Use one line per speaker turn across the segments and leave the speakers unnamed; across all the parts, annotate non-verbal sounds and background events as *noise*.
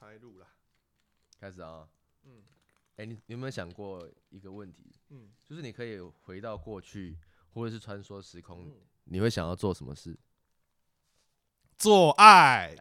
来录啦。
开始啊。
嗯
哎、你你有没有想过一个问题？
嗯
就是你可以回到过去，或者是穿梭时空，
嗯，
你会想要做什么事？
做爱。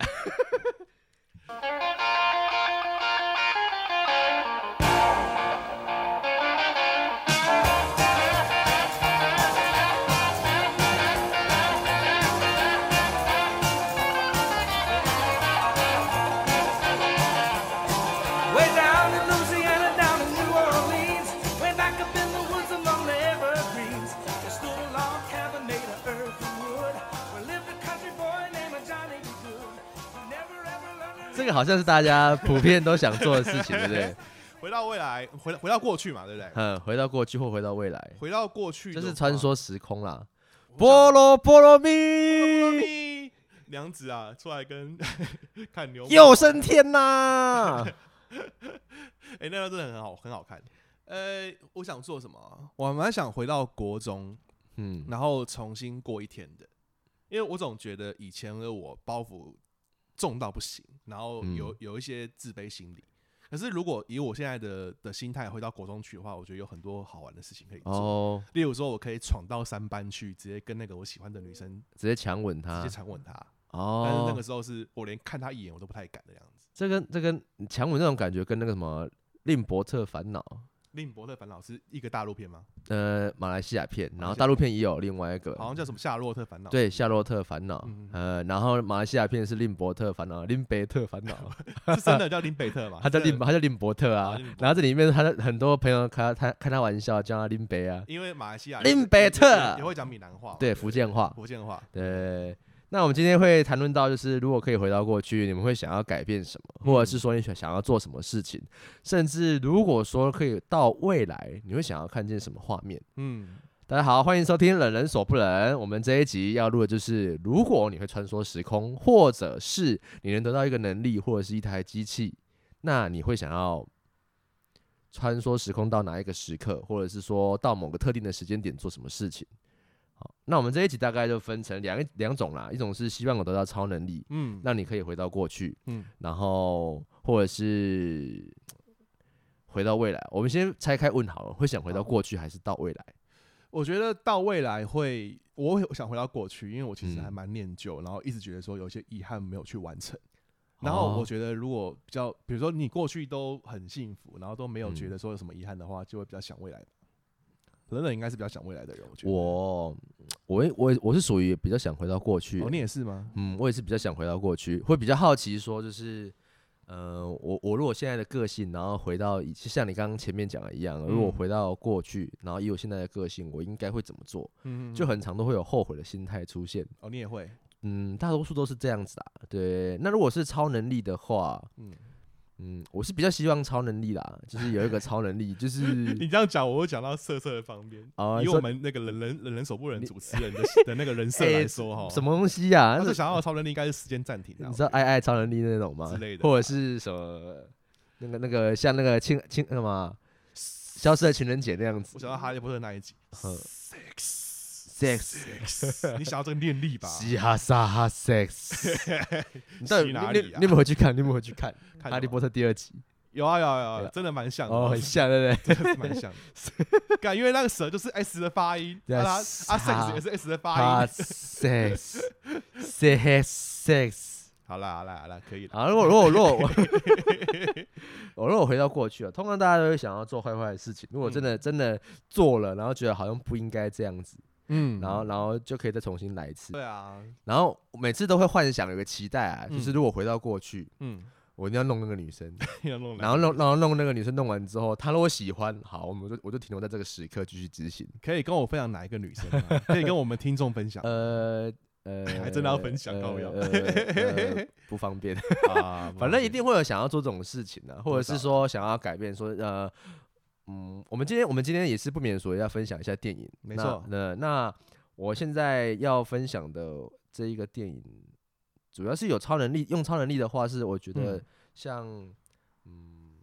Way down in Louisiana, down in New Orleans, way back up in the woods among the evergreens. There stood a log cabin made of earth and wood, where lived a country boy named Johnny B. Good. He never ever learned to
这个好像是大家普遍都想做的事情，对不对？ *laughs*
回到未来，回回到过去嘛，对不对？
嗯，回到过去或回到未来，
回到过去
就
的话
是穿。梭时空啦。菠萝菠萝蜜，
娘子啊，出来跟 *laughs* 看牛
又升天啦！ *laughs*
哎、那个真的很好，很好看。呃，我想做什么啊？我蛮想回到国中，
嗯，
然后重新过一天的，因为我总觉得以前的我包袱重到不行，然后有、
嗯
有一些自卑心理。可是如果以我现在的的心态回到国中去的话，我觉得有很多好玩的事情可以做。
哦，
例如说，我可以闯到三班去，直接跟那个我喜欢的女生
直接强吻
直
他
接。强吻她。但是那个
哦，
时候是我连看她一眼我都不太敢的样子。
这跟这跟强吻那种感觉跟那个什么《令伯特烦恼》
令伯特烦恼是一个大陆片吗？
呃马来西亚片，
马来西亚
然后大陆片也有另外一个，
好像叫什么夏洛特烦恼。
呃对《夏洛特烦恼》
嗯
呃，然后马来西亚片是《令伯特烦恼》《林北特
*laughs*
烦恼》，
是真的叫林北特嘛？
*laughs* 他叫
真
林
的，
他叫林伯特啊
啊林伯。特
然后这里面他的很多朋友开他开他玩笑，叫他林北啊，
因为马来西亚
林北特
也也也会讲闽南话嘛，
对，福建话。
福建话。
对，那我们今天会谈论到，就是如果可以回到过去，你们会想要改变什么，或
嗯
者是说你想想要做什么事情，甚至如果说可以到未来，你会想要看见什么画面？
嗯，
大家好，欢迎收听《冷人所不冷》。我们这一集要录的就是，如果你会穿梭时空，或者是你能得到一个能力，或者是一台机器，那你会想要穿梭时空到哪一个时刻，或者是说到某个特定的时间点做什么事情？好，那我们这一集大概就分成两两种啦，一种是希望我得到超能力，
嗯，
让你可以回到过去，
嗯，
然后或者是回到未来。我们先拆开问好了，会想回到
好
过去还是到未来？
我觉得到未来会，我会想回到过去，因为我其实
嗯
还蛮念旧，然后一直觉得说有一些遗憾没有去完成。然
哦
后我觉得，如果比较，比如说你过去都很幸福，然后都没有
嗯
觉得说有什么遗憾的话，就会比较想未来。冷冷应该是比较想未来的人，我觉得。
我我也我也我是属于比较想回到过去
哦，，你也是吗？
嗯，我也是比较想回到过去，会比较好奇说就是，呃，我我如果现在的个性，然后回到以像你刚刚前面讲的一样，如果
嗯
回到过去，然后以我现在的个性，我应该会怎么做？
嗯，
就很常都会有后悔的心态出现，
哦，你也会，
嗯，大多数都是这样子啊。对，那如果是超能力的话，
嗯，
嗯，我是比较希望超能力啦，就是有一个超
*laughs*
能力，就
你
是
这样讲，我会讲到色色的方面。
啊
以
你
我
说
们那个冷冷冷冷手不人
你哎
主持人的的那个人
*laughs*
设来说，哈，
什么东西呀、
他
那
最想要的超能力应该是时间暂停啊，
你知道爱爱超能力那种吗？
之类的
或者是什么那个那个像那个亲亲那什么消失的情人节那样子
我想到哈利波特那一
*laughs*
集
嗯
，sex
，sex
sex，你想要这个念力吧？
嘻哈撒
*laughs*
哈 sex，你到底
吸
你
哪
你
里啊
你们回去看，你们回去
*laughs*
看《
看
哈利波
特
特》第二集，
有啊有啊有啊
对啊
真的蛮像的，
哦，很像对不对？
真的是蛮像的。 *laughs* 感因为那个蛇就是 S 的发音，
对
啊
啊
它啊
是啊
sex 也是 S 的发
哈
音。 *laughs*
sex sex sex，
好啦好啦好啦，可以了。
啊，如果如果如果我我如果回到过去啊了，通常大家都会想要做坏坏的事情，如果真的真的做了，然后觉得好像不应该这样子，
嗯
然后然后就可以再重新来一次。
对啊，
然后我每次都会幻想有个期待啊，就是
嗯
如果回到过去，
嗯，
我一定要弄那个女生，
要弄
然后弄然后弄那个女生弄完之后，她如果喜欢，好，我们就我就停留在这个时刻继续执行。
可以跟我分享哪一个女生吗？可以跟我们听众分
*laughs*
享
呃 *laughs* 呃，
还真的要分享
呃
靠腰
呃 *laughs* 呃不方便，
啊，
反正一定会有想要做这种事情的、或
多
者是
少啊
说想要改变，说呃。嗯，我们今天我们今天也是不免所要分享一下电影，
没
那
错
那那我现在要分享的这一个电影，主要是有超能力，用超能力的话是我觉得
嗯
像嗯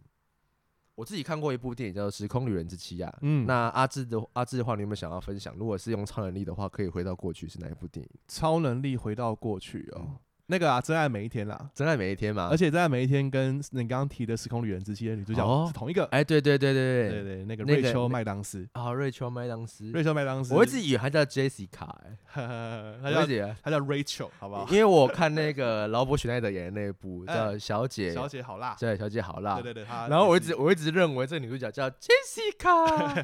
我自己看过一部电影叫做《时空旅人之妻》啊。
嗯
那阿志的阿志的话，你有没有想要分享？如果是用超能力的话，可以回到过去是哪一部电影？嗯
超能力回到过去哦。那个啊，《真爱每一天》啦，
真爱每一天嘛。
而
且，
且《真爱每一天》跟你刚刚提的《时空旅人之妻》的女主角
哦
是同一个，
哎，对对对对
对对对，那个
那
瑞
个
秋
那
麦当斯，
啊，瑞秋麦当斯，
瑞秋麦当斯，
我一直以为她叫 Jessica，哎，
*laughs* 他
我一
叫
直以为
他叫 Rachel，好不 *laughs* 好？
因为我看那个劳勃·许奈德演的那
*laughs*
部
哎
叫《小姐》，
小姐好辣，
对，小姐好辣。
对对对，他
然后我一直我一直认为这个女主角叫
*laughs*
Jessica，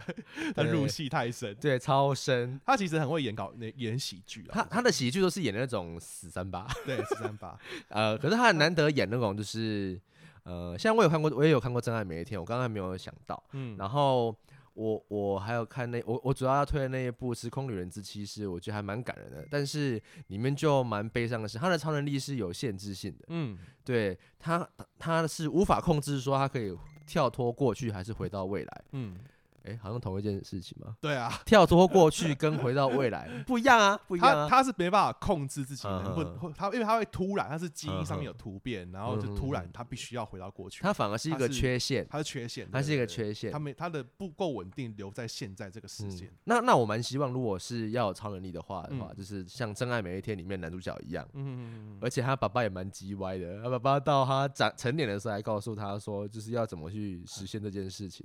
他
对
入戏太深，
对，超深。
他其实很会演搞那演喜剧
她
啊，
她的喜剧都是演那种死
*laughs*
三八，
对十三八，
呃，可是她很难得演那种就是呃，像我有看过，我也有看过《真爱每一天》，我刚刚没有想到。
嗯，
然后我我还有看那我我主要要推的那一部《时空旅人之妻》是我觉得还蛮感人的，但是里面就蛮悲伤的是，她的超能力是有限制性的。
嗯，
对他，他是无法控制说他可以跳脱过去还是回到未来。
嗯，
诶，好像同一件事情吗？
对啊，
跳脱过去跟回到未来不一样啊，不一样
他
啊。
他是没办法控制自己
嗯
能不
嗯
能，他因为他会突然，他是基因上面
嗯
有突变，然后就
嗯
突
嗯
然他必须要回到过去，
他反而是一
他
个
是
缺陷，
他是缺陷，
他
对
是一
对
个
对
缺陷
他。没他的不够稳定，留在现在这个时间
嗯，，那那我蛮希望，如果是要有超能力的话的话，
嗯
就是像《真爱每一天》里面男主角一样，
嗯，
而且他爸爸也蛮叽歪的。他爸爸到他长成年的时候还告诉他说，就是要怎么去实现这件事情。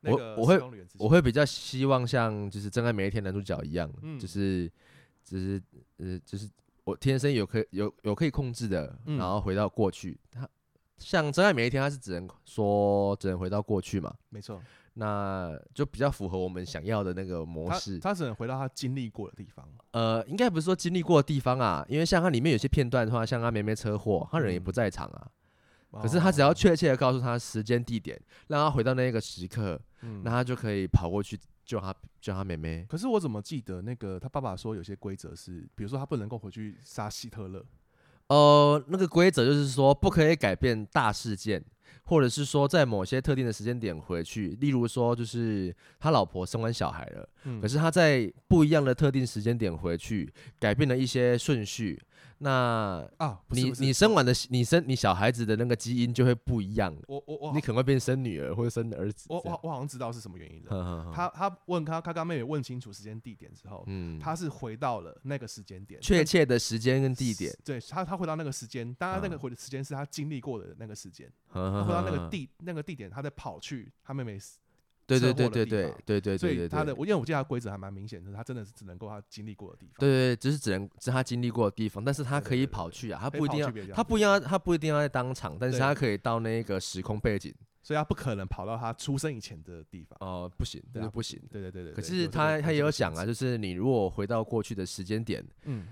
那
我
个
我会
时空旅人之
我
妻
会比较希望像就是《真爱每一天》男主角一样，
嗯
就是就是呃就是我天生有可有有可以控制的，
嗯
然后回到过去。他像《真爱每一天》，他是只能说只能回到过去嘛，
没错，
那就比较符合我们想要的那个模
他
式。
他只能回到他经历过的地方，
呃，应该不是说经历过的地方啊，因为像它里面有些片段的话，像他妹妹车祸，他人也不在场啊。可是他只要
哦，
确切的告诉他时间地点，让他回到那个时刻，
嗯
那他就可以跑过去救他救他妹妹。
可是我怎么记得那个他爸爸说有些规则是，比如说他不能够回去杀希特勒，
呃，那个规则就是说不可以改变大事件，或者是说在某些特定的时间点回去，例如说就是他老婆生完小孩了，
嗯
可是他在不一样的特定时间点回去，改变了一些顺序，那
啊，不是
你
不是
你生完的你生你小孩子的那个基因就会不一样，
我我我好
你可能会变生女儿或者生儿子这
我
样。
我我好像知道是什么原因
*laughs*
了。
我
他他问他他刚妹妹问清楚时间地点之后，
嗯，
他是回到了那个时间点，
确
但
切的时间跟地点，
对他他回到那个时间，当然那个
嗯
回的时间是他经历过的那个时间，他
回
呃回到那个，地那个地点，他在跑去他妹妹死，
对对
车
对
祸的
对
地
对
方
对对对，
所
对
以他
对
的我因为我记得他规则还蛮明显的，他真的是只能够他经历过的地方。
对对，对，只是只能是他经历过的地方，但是他
对
可以
对对
跑去啊，他
可以
不一
跑
定
去
要
别的，地
他
方
不一定要，他不一定要在当场，但是
对
他可以到那个时空背景。
所以他不可能跑到他出生以前的地方。
哦，不行，
对
这
啊
个不行。
对对对对。
可
对
是
这个
他他也有
这个
讲啊，就是你如果回到过去的时间点，
嗯，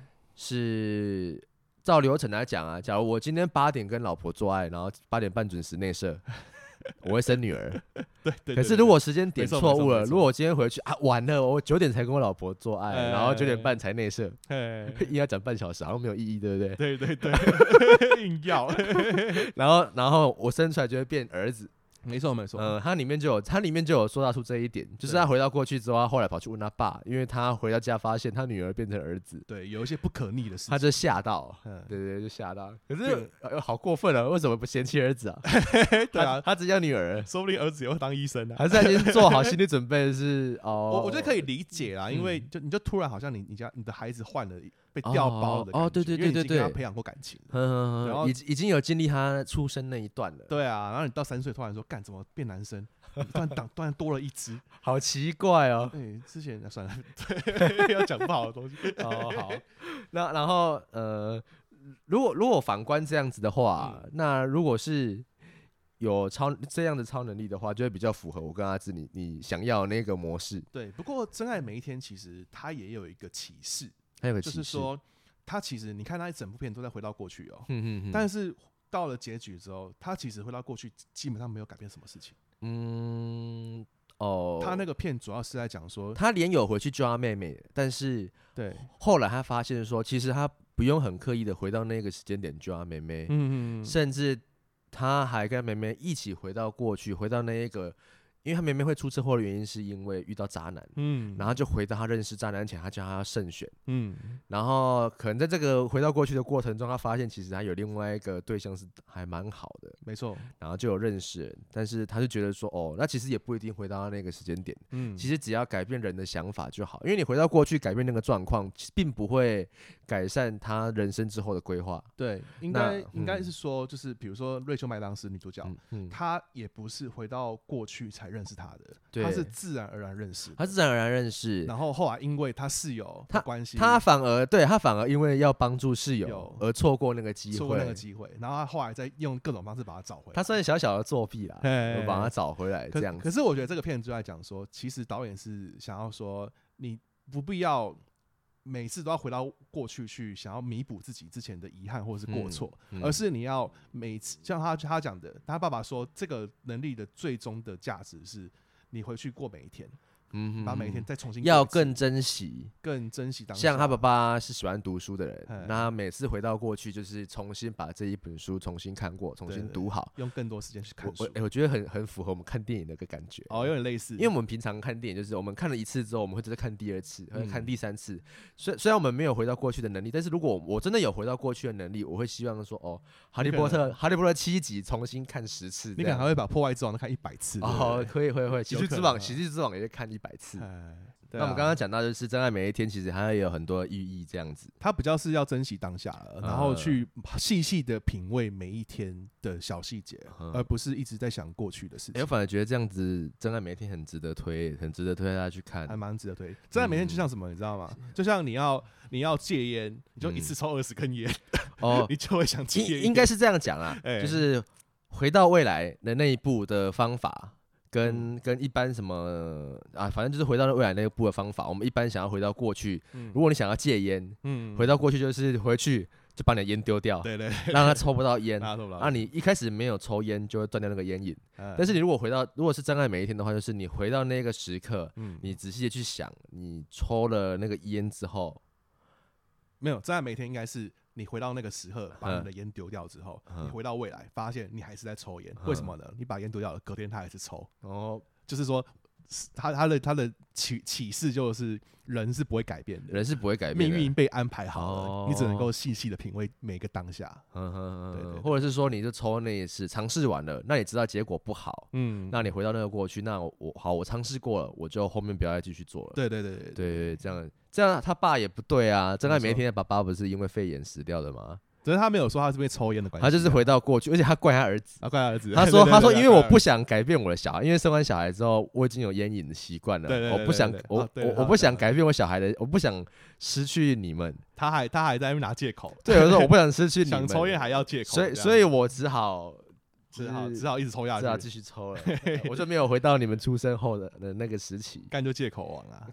是照流程来讲啊，假如我今天八点跟老婆做爱，然后八点半准时内射。 *laughs* 我会生女儿，
对对。
可
对
是
对
如果时间点
错
错
没错哎
误了，
没
如果我今天回去啊，晚了，我九点才跟我老婆做爱，然后九点半才内射，
嘿
硬要讲半小时，好像没有意义，对不
对
对？
对对， *laughs* 硬
*laughs*
要，
然后，然后我生出来就会变儿子。
没错没错，
嗯，它里面就有，它里面就有说到出这一点，就是他
对
回到过去之后，他后来跑去问他爸，因为他回到家发现他女儿变成儿子，
对，有一些不可逆的事
他
情，
就吓到。
嗯，
对对对，就吓到。可
对
是、呃、好过分啊！为什么不嫌弃儿子啊？
*laughs* 对啊，
*laughs* 他他只要
*laughs*
女儿，
说不定儿子也会当医生啊。
还是他已经做好心理准备是哦。嗯
我我觉得可以理解啊啦，因为就你就突然好像你你家你的孩子换了一被调包的
哦哦对对
感觉因为你已经
对
跟
对
他
对
培养过感情了。
呵呵呵，
然后
已经已经有经历他出生那一段了，
对啊，然后你到三岁突然说干怎么变男生，你突然长突然多了一只，
好奇怪哦。
对，之前啊算了， *laughs* 对，要讲不好的东西，
哦，好，那然后呃，如果如果反观这样子的话，
嗯
那如果是有超这样的超能力的话，就会比较符合我跟阿志你你想要的那个模式。
对。不过《真爱每一天》其实它也有一个启示，
还有个
就
歧
是
视，
说它其实你看它一整部片都在回到过去哦，
嗯嗯嗯，
但是到了结局之后，他其实回到过去，基本上没有改变什么事情。
嗯哦，
他那个片主要是在讲说，
他哦连有回去救他妹妹，但是
对，
后来他发现说，其实他不用很刻意的回到那个时间点救他妹妹，
嗯嗯
甚至他还跟妹妹一起回到过去，回到那一个。因为他妹妹会出车祸的原因，是因为遇到渣男。
嗯
然后就回到他认识渣男前，他叫他要慎选。
嗯，
然后可能在这个回到过去的过程中，他发现其实他有另外一个对象是还蛮好的，
没错，
然后就有认识人，但是他就觉得说，哦，那其实也不一定回到那个时间点，
嗯，
其实只要改变人的想法就好，因为你回到过去改变那个状况，其实并不会改善他人生之后的规划。
对，应
那
该应该
嗯
是说，就是比如说瑞秋麦当斯女主角，
嗯嗯，
她也不是回到过去才认识她的，
对
她是自然而然认识的。
他自然而然认识，
然后后来因为她室友的
她
关系，
他反而对他反而因为要帮助室友
有
而错过那个机
错过那
会
个，机会，然后她后来再用各种方式把她找回来。
他算是小小的作弊啦，
嘿
有把他找回来
可
这样
可
子。
是我觉得这个片子就在讲说，其实导演是想要说，你不必要每次都要回到过去去想要弥补自己之前的遗憾或者是过错，
嗯嗯
而是你要每次像他他讲的，他爸爸说，这个能力的最终的价值是。你回去过每一天，
嗯
把每一天再重新过一
要
次
更珍惜，
更珍惜当下。
像他爸爸是喜欢读书的人
嘿，
那他每次回到过去就是重新把这一本书重新看过，重
对
新
对
读好。
用更多时间去看
我我
书
哎、，我觉得很很符合我们看电影的一个感觉
哦，有点类似，
因为我们平常看电影，就是我们看了一次之后，我们会再看第二次，会
嗯
看第三次。虽、虽然我们没有回到过去的能力，但是如果我我真的有回到过去的能力，我会希望说，哦，《哈利
你可
波特》《哈利波特》七集重新看十次这
你可能
样，
还会把《破坏之王》都看一百次。
哦，可啊嗯以，会会，喜
有
剧
可
之王，
能
喜剧之王也是看一百次。
哎那
那我们刚刚讲到，就是《真爱每一天》，其实它也有很多寓意这样子。
他比较是要珍惜当下了，
嗯
然后去细细的品味每一天的小细节，
嗯
而不是一直在想过去的事
哎、
情
我，反而觉得这样子《真爱每一天》很值得推，很值得推大家去看
还。蛮值得推。真的每天就像什么，你知道吗？
嗯
就像你要你要戒烟，你就一次抽二十根烟，，
哦 *laughs*
你就会想戒
应
烟。
应该是这样讲啊啦，
哎
就是回到未来的那一步的方
嗯
法，跟跟一般什么啊，反正就是回到未来那一步的方法。我们一般想要回到过去，
嗯
如果你想要戒烟，
嗯
回到过去就是回去就把你的烟丢掉，
对对，
让他抽不
*laughs*
到烟。
大家都不知
嗯啊，
道。嗯
你一开始没有抽烟，就会断掉那个烟瘾。但
但
是你如果回到，如果是真爱每一天的话，就是你回到那个时刻，
嗯，
你仔细的去想，你抽了那个烟之后，
没有，真的每天应该是。你回到那个时刻，
嗯
把你的烟丢掉之后，你回到未来，发现你还是在抽烟，
嗯
为什么呢？你把烟丢掉了，隔天他还是抽，
然后
就是说，是他他的他的启启示就是人是不会改变的，
人是不会改变
命
的。
运被安排好了，
哦
你只能够细细的品味每个当下。
嗯哼
对
嗯
对
哼，
对
或者是说你就抽那一次尝试完了，那你知道结果不好，
嗯
那你回到那个过去，那我我好我尝试过了，我就后面不要再继续做了。
对对对对
对对，对这样这样他爸也不对啊，真爱
没错
每一天的爸爸不是因为肺炎死掉的吗？
只是他没有说他是被抽烟的关系，
他就是回到过去，而且他怪他儿子。
啊怪他儿子，
*laughs* 他
*laughs*
说：“
对
他说，因为我，不
对
想改变我的小孩，因为生完小孩之后，我已经有烟瘾的习惯了
对对。对
我不想
对，对
我
啊对
我
他
我不想
他
改变我小孩的，我不想失去你 *laughs* 们。
他还他还在那边拿借口，
对，我说我不想失去你
*laughs* 想
们，
抽烟还要借口，
所以
这样
所以我只好
只好
就是
只好一直抽下
只好继
去，，
续抽了，啊我就没有回到你们出生后的的那个时
*laughs*
期
干就借口王啊，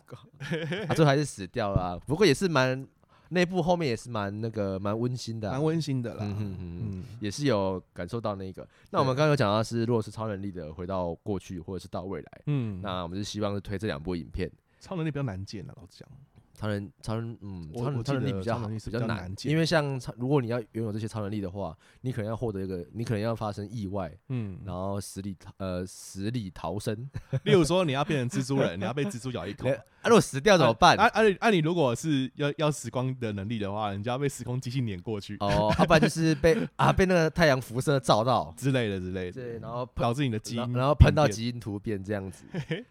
啊、最后还是死掉了啊、不过也是蛮内部后面也是蛮那个蛮温馨的啊、
蛮温馨的啦。
嗯哼
嗯
哼
嗯，
也是有感受到那个。那我们
对
刚刚有讲到是，如果是超能力的，回到过去或者是到未来，
嗯
那我们是希望是推这两部影片。
超能力比较难见啊，老实讲，
超人，超人，嗯，
我
超人
我
超
记
能力
得
比较
超
好，
能力
比
是
较
比较
难
难，见
因为像超如果你要拥有这些超能力的话，你可能要获得一个，你可能要发生意外，
嗯，
然后死里逃，呃，死里逃生。
*laughs* 例如说你要变成蜘蛛人，你要被蜘蛛咬一口
那，啊，如果死掉怎么办？
按按理按你如果是要要时光的能力的话，你就要被时空机器碾过去、
哦，要、不然就是 *laughs* 被啊被那个太阳辐射照到，
之类的之类的，
对，然后喷，
导致你的基
然
因
后然后喷
病
到
变
基因突变这样 *laughs* 子，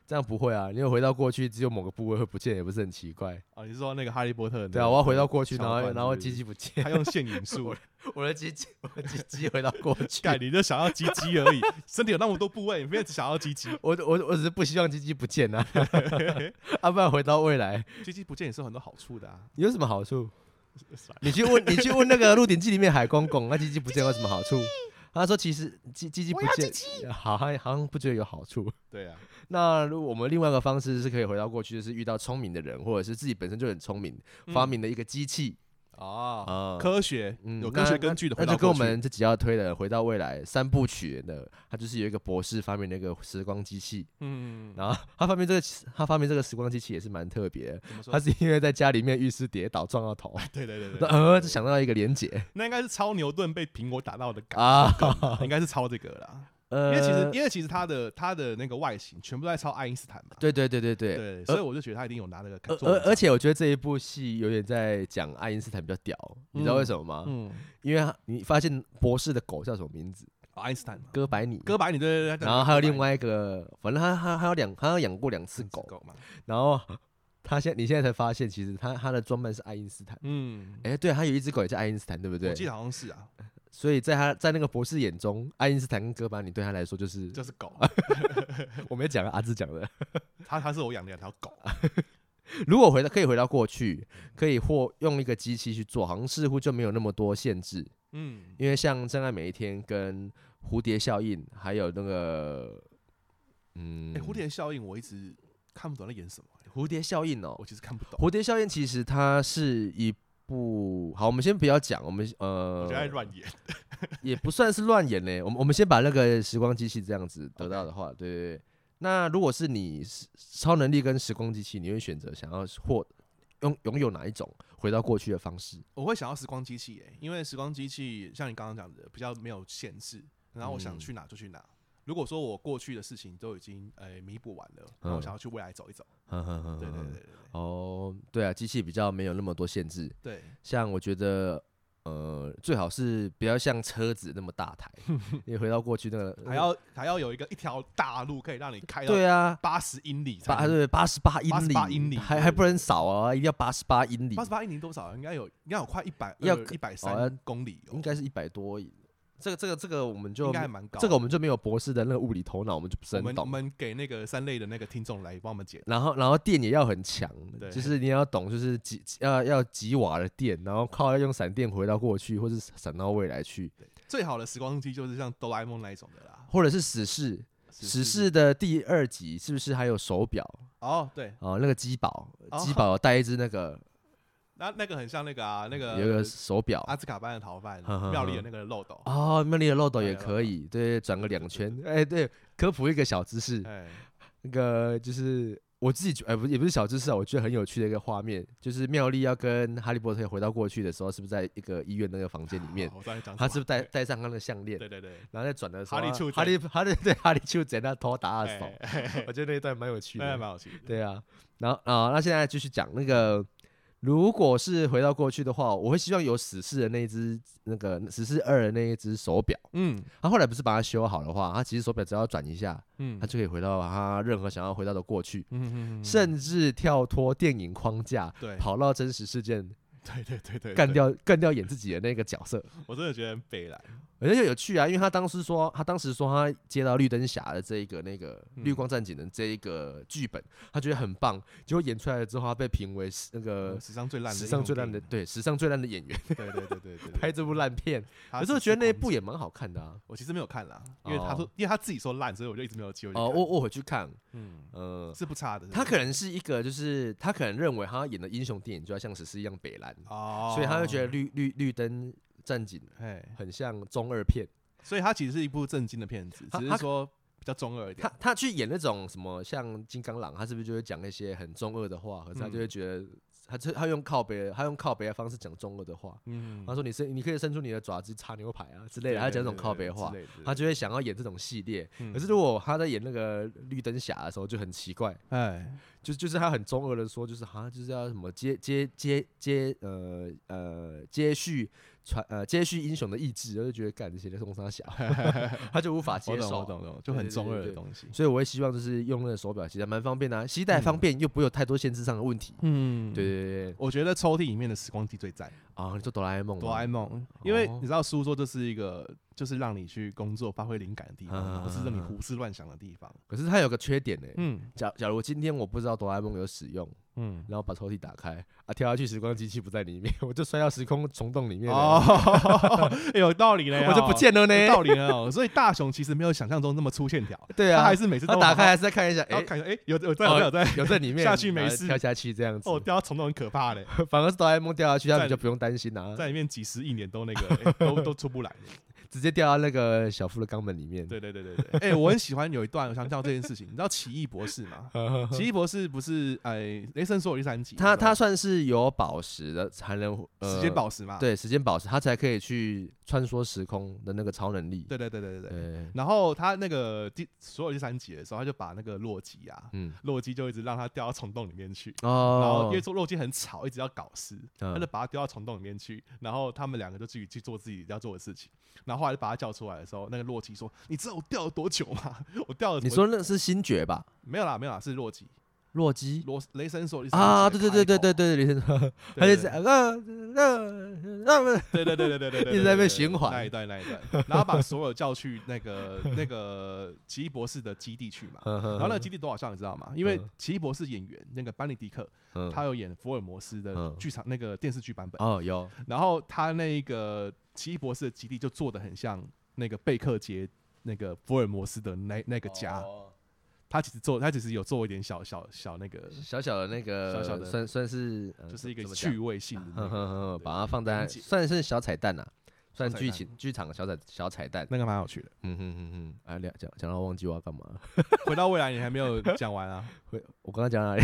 这样不会啊，因为回到过去只有某个部位会不见，也不是很奇怪。
哦，你是说那个哈利波特的那个？
对啊，我要回到过去，
桥
然后
段
然后
是
鸡
不
鸡
是
不见，
他用现影术
我的鸡鸡，我的鸡 *laughs* 鸡回到过去。
干，你就想要鸡鸡而已，身体有那么多部位，你不要只想要鸡鸡，
我我我只是不希望鸡鸡不见 *laughs* 啊，啊，不然回到未来
鸡鸡不见也是有很多好处的啊。
有什么好处？
算了
你去问你去问那个《鹿鼎记》里面海公公，那鸡鸡不见有什么好处？他说其实鸡鸡鸡不见，好像好像不觉得有好处。
对啊，
那如果我们另外一个方式是可以回到过去，就是遇到聪明的人，或者是自己本身就很聪明，发明了一个机器
哦，
啊。
科学
嗯
有科
那
学根据的
那
回
那
到
就跟我
过去，
们这集要推的《回到未来》三部曲的，他就是有一个博士发明了一个时光机器，
嗯，
然后他发明这个他发明这个时光机器也是蛮特别的，
怎么说
他？是因为在家里面浴室跌倒撞到
*laughs*
头，
对对对
那
对，
呃就想到一个连结
那应该是超牛顿被苹果打到的感
啊，
*laughs* 应该是超这个啦。因
呃，
为其实因为其实他的他的那个外形全部都在抄爱因斯坦嘛。
对对对对对。
对，所以我就觉得他一定有拿那个
而
看。
而而且我觉得这一部戏有点在讲爱因斯坦比较屌，你知道为什么吗？
嗯，
因为他你发现博士的狗叫什么名字？
哦爱因斯坦嘛，
哥白尼，
哥白尼对对对对，
然后还有另
一
外一个，反正他他他有两，他有养过两次狗，
狗嘛，
然后他现你现在才发现，其实他他的装扮是爱因斯坦。
嗯，
哎、对，他有一只狗也叫爱因斯坦，对不对
我？记得好像是啊，
所以在他在那个博士眼中，爱因斯坦跟哥白尼对他来说就是
就是狗，
啊我没讲啊，阿志讲的。
它它是我养的两条狗，
啊如果回到可以回到过去，可以或用一个机器去做，好像似乎就没有那么多限制。
嗯，
因为像《真爱每一天》跟《蝴蝶效应》，还有那个嗯，
哎，蝴蝶效应我一直看不懂在演什么，
蝴蝶效应哦
我，其实看不懂，
蝴蝶效应其实它是一部好，我们先不要讲，我们
我觉得在
呃
乱演，
也不算是乱演嘞，我们我们先把那个时光机器这样子得到的
*laughs*
话，对对对。那如果是你是超能力跟时光机器，你会选择想要获拥拥有哪一种回到过去的方式？
我会想要时光机器，哎，因为时光机器像你刚刚讲的比较没有限制，然后我想
嗯
去哪就去哪。如果说我过去的事情都已经呃弥补完了，
嗯
那我想要去未来走一走。
对
对对对对
哦，对啊，机器比较没有那么多限制，
对对，
像我觉得。呃，最好是不要像车子那么
*laughs*
大台，因为回到过去那个
还要还要有一个一条大路可以让你开到
呃对啊，
八十英里才
八
能，
对八十八英里，
88英里
还
对
还不能少啊，一定要八十八英里
八，十八英里多少啊？应该有应该有快一百
要
一百
要
三公里哦，
应该是一百多英。这个这个这个我们就
应该还蛮高。
这个我们就没有博士的那个物理头脑，我们就不
我
是很
们我
懂。
们给那个三类的那个听众来帮我们解。
然后然后电也要很强，
对
就是你要懂，就是几几要要几瓦的电，然后靠要用闪电回到过去，或是闪到未来去，
最好的时光机就是像哆啦 A 梦那一种的啦。
或者是死侍。死侍的第二集是不是还有手表
哦，对，
啊、那个机宝，
哦
机宝有带一只那个、
那那个很像那个啊，那
有一个哦
个
手表
阿兹卡班的逃犯
哼哼
妙丽的那个漏斗。
哦，那里的漏斗
哎
也
漏
可
斗
以，对，转个两圈。哎，对，科普一个小知识，
哎，
那个就是我自己觉，哎，不是，也不是小知识啊，我觉得很有趣的一个画面，就是妙丽要跟哈利波特回到过去的时候，是不是在一个医院那个房间里面啊
好，我知道你讲什
他
么
是不是戴戴上他那个项链，
哦对对对，
然后再转的时候
哈利
啊，
触
哈利哈利对哈利就在那偷打他的手
哎，哎哎 *laughs*
我觉得那一段蛮有趣
那还
的。
蛮好奇的。
对啊，然后啊、那现在继续讲那个，如果是回到过去的话，我会希望有死侍的那一只那个死侍二的那一只手表，
嗯
他后来不是把它修好的话，他其实手表只要转一下，
嗯
他就可以回到他任何想要回到的过去，
嗯嗯，
甚至跳脱电影框架，
对
跑到真实事件，
*laughs* 对对对对，
干
对。
掉干掉演自己的那个角色，
我真的觉得很北蓝。
而且有趣啊，因为他当时说，他当时说他接到绿灯侠的这一个那个
嗯
绿光战警的这一个剧本，他觉得很棒，结果演出来了之后，他被评为是那个
嗯史上最烂的，
呃史上最烂的，，对，史上最烂的演员，
对对对对对对对，
*laughs* 拍这部烂片，
他
可是我
只
觉得那一
狂
部也蛮好看的啊。
我其实没有看啦，因为他说，
哦
因为他自己说烂，所以我就一直没有机会去看。
哦，我我回去看，
嗯，
呃，
是不差的。
他
是不
可
是
能是一个，就是他可能认为他演的英雄电影就要像史诗一样北蓝，
哦，
所以他就觉得，绿绿绿灯战警
哎，
很像中二片。
所以他其实是一部正经的片子，
他
只
他
是说比较中二一
他
点。
他去演那种什么像金刚狼，他是不是就会讲那些很中二的话？可是他
嗯
就会觉得他就他用靠北，他用靠北的方式讲中二的话。
嗯
他说你伸你可以伸出你的爪子插牛排啊之类
对
的，哦他
对
讲这
对
种靠
对
北话
之，类的
他就会想要演这种系列。
嗯
可是如果他在演那个绿灯侠的时候就很奇怪，
哎，
就就是他很中二的说，就是哈，就是要什么接接接接呃呃接续传呃接续英雄的意志，我就觉得干这些在冲杀小， *laughs* 他就无法
我
接
懂我
受。
懂我懂，就很
对对
中
对
二的
对
东西。
所以我会希望就是用那个手表，其实还蛮方便的、啊，携带方便又不会有太多限制上的问题。
嗯
对。对对对，
我觉得抽屉里面的时光机最赞，
啊，你说哆啦 A 梦吗，
哆啦 A 梦，因为
哦
你知道书说这是一个就是让你去工作发挥灵感的地
嗯嗯嗯
方，不是让你
嗯
胡思乱想的地方。
可是它有个缺点呢、
嗯
假假如今天我不知道哆啦 A 梦有使用，
嗯，
然后把抽屉打开啊，跳下去时光机器不在里面，我就摔到时空虫洞里面了，
哦， *laughs* 有道理嘞，
*laughs* 我就不
哦
见了呢。
有道理哦。所以大雄其实没有想象中那么粗线条，
对啊，
他还是每次
他
都
打
好
开，还是再看一下，
然
哎、
后看一下，哎，有有在
哦
有在有
*laughs*
在，
有在里面
下去
然
没
后
事
跳下去这样子。
哦，掉到虫洞很可怕
*laughs*
嘞，
反而是哆啦 A 梦掉下去，他
在
们就不用担心啊啦、
在里面几十亿年都那个哎都
*laughs*
都出不来。
直接掉到那个小夫的肛门里面。
对 *laughs* 对对对对，哎，我很喜欢有一段，我想到这件事情，你知道奇异博士
*laughs*
吗？奇异博士不是哎，雷神索尔第三集，
他他算是有宝石的，才能呃
时间宝石嘛，
对时间宝石，他才可以去穿梭时空的那个超能力。
对对对对对对。
对，
然后他那个第所有第三集的时候，他就把那个洛基啊，
嗯
洛基就一直让他掉到虫洞里面去。然后
哦
因为，说洛基很吵，一直要搞事，他就
嗯
把他丢到虫洞里面去，然后他们两个就自己去做自己要做的事情。然后后来把他叫出来的时候，那个洛基说：“你知道我掉了多久吗？ *laughs* 我掉了怎
你
么……
说那是星爵吧？
没有啦，没有啦，是洛基。
洛基
罗雷神说的是
啊，
直
对
接
对
开
对对
口
对对，李先生，他就
对
是啊
*laughs*
那那那
对对对对对对对，
一
对
直在
对
被
对
循环
那一段那一段，然后把所有叫去那个那个奇异博士的基地去
*laughs*
嘛。然后那个基地多好笑，你知道吗？因为
嗯
奇异博士演员那个班尼迪克，
嗯
他有演福尔摩斯的
嗯
剧场那个电视剧版本，
哦有
然后他那个奇异博士的基地就做的很像那个贝克街那个福尔摩斯的那那个家，
哦
他其实做他其实有做一点小小小那个，
小小的那个，
小小的
算算是呃
就是一个
怎么讲
趣味性的
哼
那
哼
个，
哼，把它放在
理解
算是小彩蛋啦、啊算
小彩
剧
蛋
情剧场的小彩小彩蛋。
那个蛮有趣的。
嗯哼哼哼，啊，聊讲讲到忘记我要干嘛了，
回到未来，你还没有讲完啊？ *laughs*
会我刚刚讲哪里？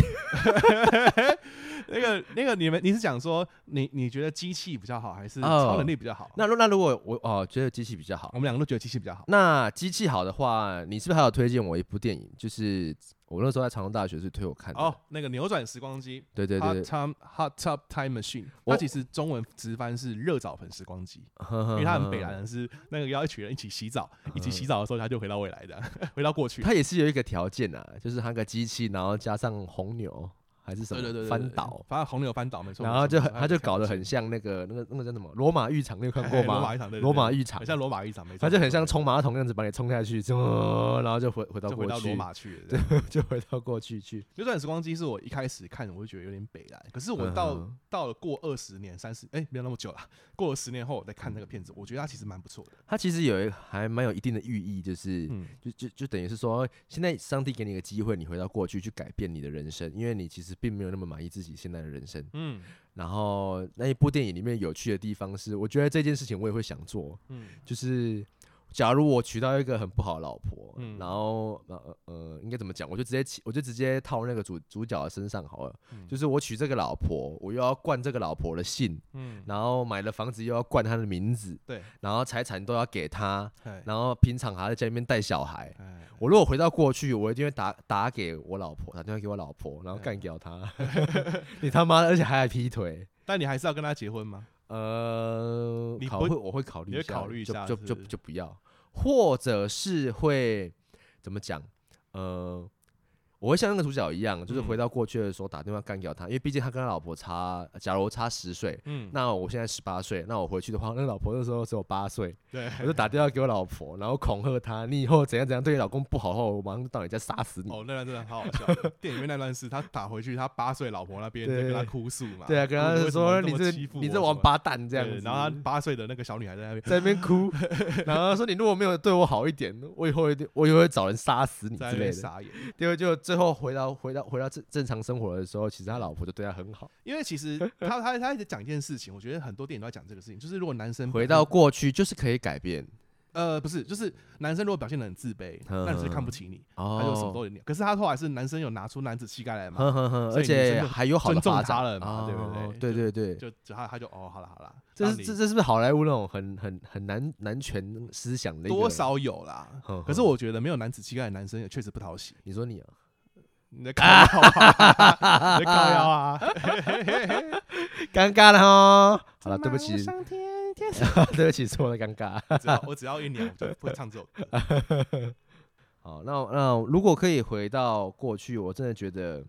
那个那个，你们你是讲说你你觉得机器比较好，还是
哦
超能力比较好？
那如那如果我哦觉得机器比较好
我，们两个都觉得机器比较好。
那机器好的话，你是不是还有推荐我一部电影？就是我那时候在长隆大学是推我看的。
哦，那个扭转时光机
对对对
，Hot
对，
Time Hot Tub Time Machine，
我
它其实中文直翻是热澡盆时光机，因为它很北
嗯哼哼
兰
哼
人是那个要一群人一起洗澡，一起洗澡的时候他就回到未来的， *laughs* 回到过去。
它也是有一个条件啊，就是它那个机器，然后加上红牛还是什
对
么
对对，对嗯
翻倒，，
反正红牛翻倒没错。
然后就很
他
它就搞得很像那个那个那个叫什么罗马浴场，你有看过
*laughs* 罗马
吗
浴？场，对对对
罗马浴场
很，像罗马浴场，没错。
它就很像
没错
冲马桶那样子把你冲下去，就、然后就回回到
就回
过
到
去，
罗马去了。
对， *laughs* 就回到过去去。
扭转时光机是我一开始看我就觉得有点北蓝，可是我到、
嗯哼
到了过二十年、三十，哎，没有那么久了，过了十年后我再看那个片子，我觉得它其实蛮不错的。
它其实有一个还蛮有一定的寓意，就是、
嗯，
就就就等于是说，现在上帝给你一个机会，你回到过去去改变你的人生，因为你其实并没有那么满意自己现在的人生。
嗯
然后那一部电影里面有趣的地方是，我觉得这件事情我也会想做，
嗯
就是假如我娶到一个很不好的老婆，
嗯
然后呃呃，应该怎么讲？我就直接起，我就直接套那个主主角的身上好了。
嗯
就是我娶这个老婆，我又要冠这个老婆的姓，
嗯，
然后买了房子又要冠她的名字，
对，
然后财产都要给她，
哎
然后平常还在家里面带小孩。
哎，
我如果回到过去，我一定会打打给我老婆，打电话给我老婆，然后干掉她。 *laughs* 你他妈的，而且还来劈腿。
但你还是要跟他结婚吗？
呃，
你
考
不
会我会考虑
你
一
会
下，
考虑一下
就是就就
不是
就不要，或者是会怎么讲？呃，我会像那个主角一样，就是回
嗯
到过去的时候打电话干掉他，因为毕竟他跟他老婆差，假如差十岁。
嗯，
那我现在十八岁，那我回去的话，那老婆那时候只有八岁， *laughs*
对，
我就打电话给我老婆，然后恐吓她，你以后怎样怎样对你老公不好的话，我马上到你家杀死你。
哦，那段真的好好
*laughs*
笑。电影院那段是他打回去，他八岁老婆那边在跟他
对
哭诉嘛，
对啊，跟
为什
他
么
说
这
你
么
这
欺负
你
我
这
什
王
么
八蛋这样
对
子，
然后他八岁的那个小女孩在那边
在那
*laughs*
边哭，然后说你如果没有对我好一点，我以后一定我以后会找人杀死你
在
之
那边
类的。
傻眼。
结果就最后回到回到回到正正常生活的时候，其实他老婆就对他很好。
因为其
*laughs*
实他他他一直讲一件事情，我觉得很多电影都在讲这个事情，就是如果男生
回
本
到
身
过去就是可以改变，
呃，不是，就是男生如果表现的很自卑，
嗯
那你是看不起你，
哦
他就什么都有你。可是他后来是男生有拿出男子气概来嘛，
哼哼哼，
所以
而
女生
且
就
还有好的
尊重
发
他
展
了嘛对不
哦
对
对对对，
就就他他就哦，好了好了，
这
让
是
你
这这是不是好莱坞那种很很很男男权思想的一个
多？少有啦
哼。
可是
哼
我觉得没有男子气概的男生也确实不讨喜。
你说你啊，
你在靠腰啊，你在靠腰啊！
尴尬了哦。好了，对不起，
上天天使
*laughs* 对不起，是我的尴尬。
*laughs* 只要我只要一年我就会唱这首歌。
好，那那如果可以回到过去，我真的觉得，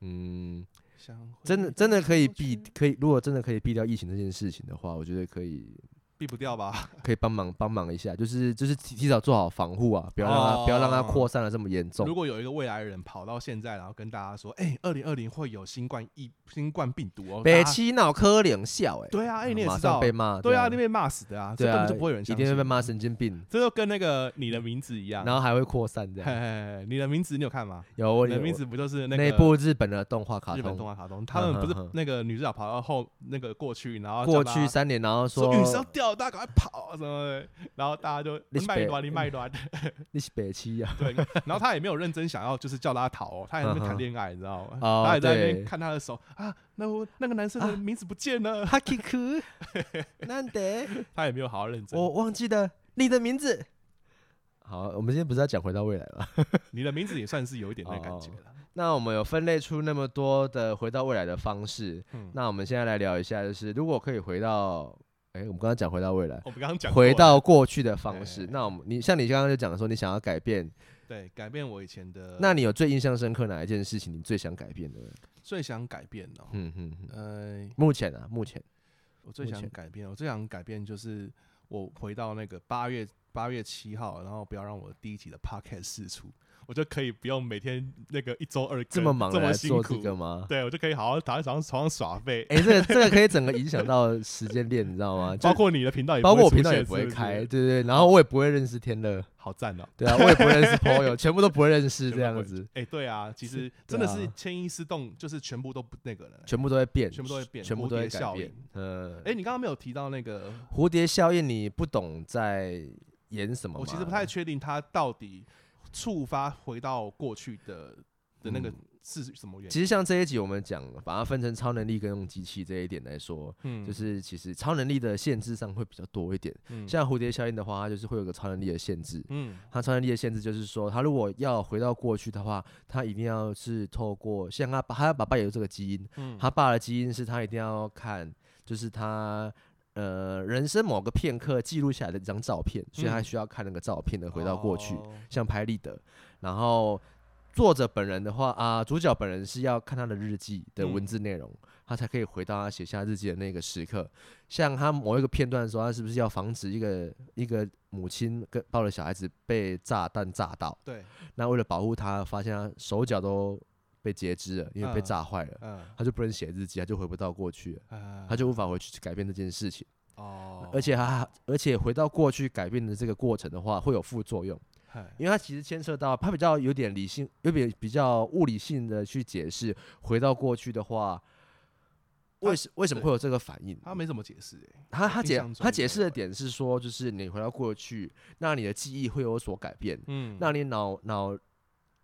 嗯，
想回
真的真的可以
过
避，
去
可以如果真的可以避掉疫情这件事情的话，我觉得可以
避不掉吧？
可以帮忙帮忙一下，就是就是提提早做好防护啊，不要让它、不要让它
哦
扩散的这么严
如
重。
果有一个未来人跑到现在，然后跟大家说：“哎，二零二零会有新冠疫新冠病毒哦。”
北
大家
七脑科两笑哎、
对啊，哎，你也
马
知
上
道
被，骂，
对啊，
那
那
边
被骂死的啊，这
对
根
啊，
本就不会有人
一
相
定会被
信。啊
骂神经病，
这就跟那个你的名字一样，
然后还会扩散这
嘿
样。
*laughs* 嘿嘿你的名字你有看吗？
有我
你的
有
名字不就是
那
个
部日本的动画卡
日本
通，
动画卡通？他们不
嗯哼
是
哼
那个女主角跑到后那个过去，然后
过
叫
去
大家
三年，然后
说陨石要
哦说
掉了，大家赶快跑啊什么的，然后大家就
你是
卖
北
卵，你卖卵，
*laughs* 你是北七啊，
*laughs* 对。然后他也没有认真想要就是叫大家逃哦，他也在那边谈恋爱，你知道吗？
*laughs* 哦
他也在那边
对
看他的手啊，那我那个男生的名字不见了，
哈基 *laughs* 库，难得。
*laughs* 他也没有好好认真。
我忘记了你的名字。好，我们今天不是要讲回到未来吗？
你的名字也算是有一点那感觉
哦
了。
*laughs* 那我们有分类出那么多的回到未来的方式，
嗯
那我们现在来聊一下，就是如果可以回到哎，我们刚刚讲回到未来，
我们刚刚讲过
回
了
到过去的方
哎
式。
哎哎
那我们你像你刚刚就讲说你想要改变，
对改变我以前的，
那你有最印象深刻哪一件事情你最想改变的？
最想改变的、哦，
嗯嗯，嗯
呃，
目前啊，目前
我最
目
想
前
改变，我最想改变就是我回到那个八月八月七号，然后不要让我第一集的 podcast 试出，我就可以不用每天那个一周二
这
更
么忙
这
来
么辛
做
苦
这，个吗？
对我就可以好好躺在床上床上耍废，
哎，这个这个可以整个影响到时间链，你知道吗？就
包括你的频道也
包括我
出
频道
现
也不
是
会
是
开，对对，对然后我也不会认识天乐，
好赞哦、
对啊，我也不认识 Poyo，全部都不认识这样子，
哎、对啊，其
是
实真的
对
是
啊
潜意识动，就是全部都不那个了、
全部都会变，
全部都会变
全部都
蝴
会
蝶
改
效
变
应。
嗯
哎、，你刚刚没有提到那个，
蝴蝶效应你不懂在演什么吗？
我其实不太确定它到底触发回到过去的的那个
嗯
是什么原因。
其实像这一集我们讲，把它分成超能力跟用机器这一点来说，
嗯
就是其实超能力的限制上会比较多一点。
嗯
像蝴蝶效应的话，它就是会有个超能力的限制。
嗯
它超能力的限制就是说，它如果要回到过去的话，它一定要是透过像他爸，他爸爸也有这个基因，
嗯
他爸的基因是他一定要看，就是他呃人生某个片刻记录下来的一张照片，所以他
嗯
需要看那个照片的回到过去。
哦
像拍立得，然后作者本人的话啊、主角本人是要看他的日记的文
嗯
字内容，他才可以回到他写下日记的那个时刻。像他某一个片段说，他是不是要防止一个一个母亲跟抱着小孩子被炸弹炸到？
对，
那为了保护他，发现他手脚都被截肢了，因为被
嗯
炸坏了，
嗯
他就不能写日记，他就回不到过去了，
呃
*laughs* 他就无法回去改变这件事情。
哦，
而且他而且回到过去改变的这个过程的话，会有副作用。
嗨
因为它其实牵涉到，它比较有点理性，有点比较物理性的去解释。回到过去的话，为
它
什为什么
对
会有这个反应？
他没怎么解释哎、
他他
印
解
象中
他解
没
释的
有
点是说，就是你回到过去，那你的记忆会有所改变，
嗯
那你脑脑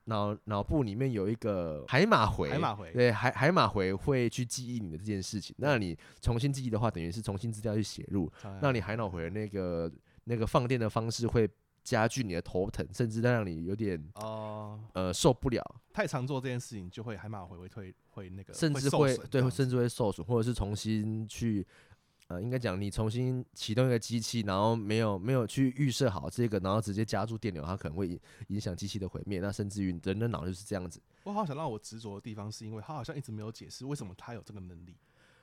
脑脑部里面有一个海马回，
海马回
对海海马回会去记忆你的这件事情。那你重新记忆的话，等于是重新资料去写入，
哎
那你海脑回的那个那个放电的方式会加剧你的头疼，甚至让你有点
哦、
呃受不了，
太常做这件事情就会海马回会退会那个，
甚至
受
会
损这
对，
样
会
子
甚至会受损，或者是重新去呃，应该讲你重新启动一个机器，然后没有没有去预设好这个，然后直接加注电流，它可能会影影响机器的毁灭，那甚至于人的脑就是这样子。
我好想让我执着的地方，是因为他好像一直没有解释为什么他有这个能力，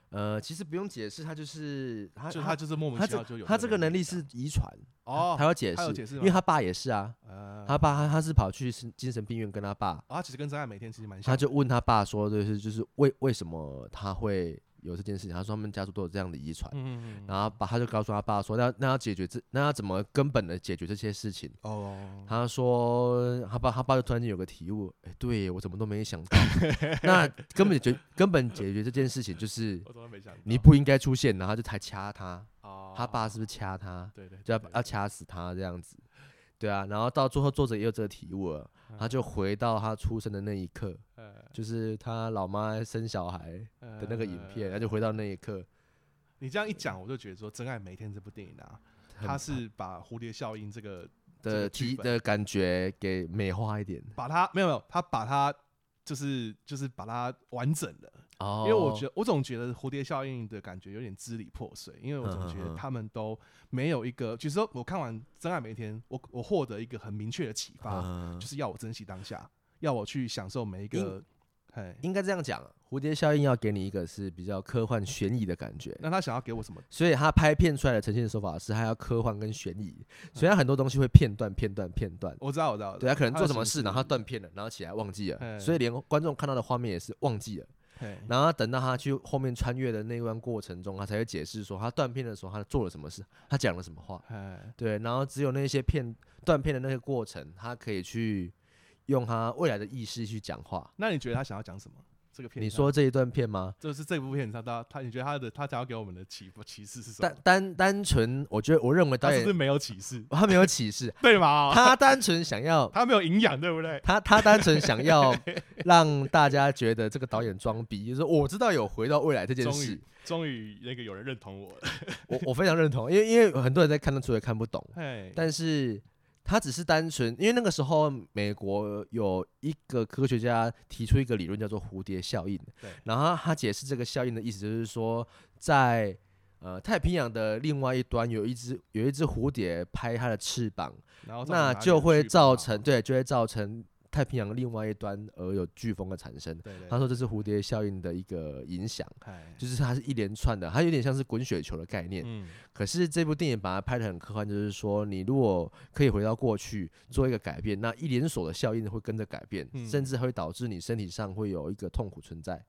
呃，其实不用解释，它就是它
就他就是莫名
他
其妙就
这
有
他这个能力
这样
是遗传，
哦，
他要解
他有
释
解，释
因为
吗
他爸也是啊，
呃，
他爸他他是跑去是精神病院跟他爸，
哦他其实跟真爱每天其实蛮像
他
的，
就问他爸说，就是就是为为什么他会有这件事情？他说他们家族都有这样的遗传。
嗯嗯嗯
然后爸他就告诉他爸说，那那要解决这，那要怎么根本的解决这些事情？
哦，
他说，他爸他爸就突然间有个体悟，哎，对耶我怎么都没想
*laughs*
到，那根本解根本解决这件事情就是
我怎么没想到
你不应该出现，然后他就才掐他，
哦，
他爸是不是掐他，
对对
就
对
要要掐死他这样子，对啊，然后到最后作者也有这个体悟了，
嗯
他就回到他出生的那一刻，
呃
就是他老妈生小孩的那个影片，他
呃
就回到那一刻，
你这样一讲，我就觉得说《真爱每天》这部电影啊，
很
它是把蝴蝶效应这个这
的
个剧
提
本
的感觉给美化一点
把它没有没有，它把它就是就是把它完整了，
哦
因为我觉得我总觉得蝴蝶效应的感觉有点支离破碎，因为我总觉
嗯嗯嗯
得他们都没有一个，就是说我看完《真爱每一天》，我我获得一个很明确的启发，
嗯
就是要我珍惜当下，要我去享受每一个，嘿，
应该这样讲，啊蝴蝶效应要给你一个是比较科幻悬疑的感觉。
那他想要给我什么？
所以他拍片出来的呈现手法是还要科幻跟悬疑，所以他很多东西会片段、片段、片段。
我知道我知道，
对他可能做什么事，然后他
断，
断片了，然后起来忘记了，
嘿
所以连观众看到的画面也是忘记了。
嘿
然后等到他去后面穿越的那段过程中，他才会解释说他断片的时候他做了什么事，他讲了什么话。
嘿
对，然后只有那些片断片的那个过程，他可以去用他未来的意识去讲话。
那你觉得他想要讲什么？这个片
你
上
说这一段片吗？
就是这部片上，他他你觉得他的他想要给我们的启启示是什
单
么？
单单纯，我觉得我认为导
他是
演
不是没有启示？ *laughs*
他没有启示，
对吗？
他单纯想要
他没有营养，对不对？
他他单纯想
*laughs*
要让大家觉得这个导演装逼，就是我知道有回到未来这件
终
事
于，终于那个有人认同我了。
我我非常认同，因为因为很多人在看得出来看不懂，
嘿，
但是他只是单纯，因为那个时候美国有一个科学家提出一个理论叫做蝴蝶效应
对，
然后他解释这个效应的意思就是说，在呃，太平洋的另外一端有一只有一只蝴蝶拍它的翅膀，
然后
那就会造成
对
对，就会造成太平洋的另外一端而有飓风的产生。
对对，
他说这是蝴蝶效应的一个影响，
哎
就是它是一连串的，它有点像是滚雪球的概念。
嗯
可是这部电影把它拍得很科幻，就是说你如果可以回到过去做一个改变，那一连锁的效应会跟着改变，
嗯
甚至还会导致你身体上会有一个痛苦存在。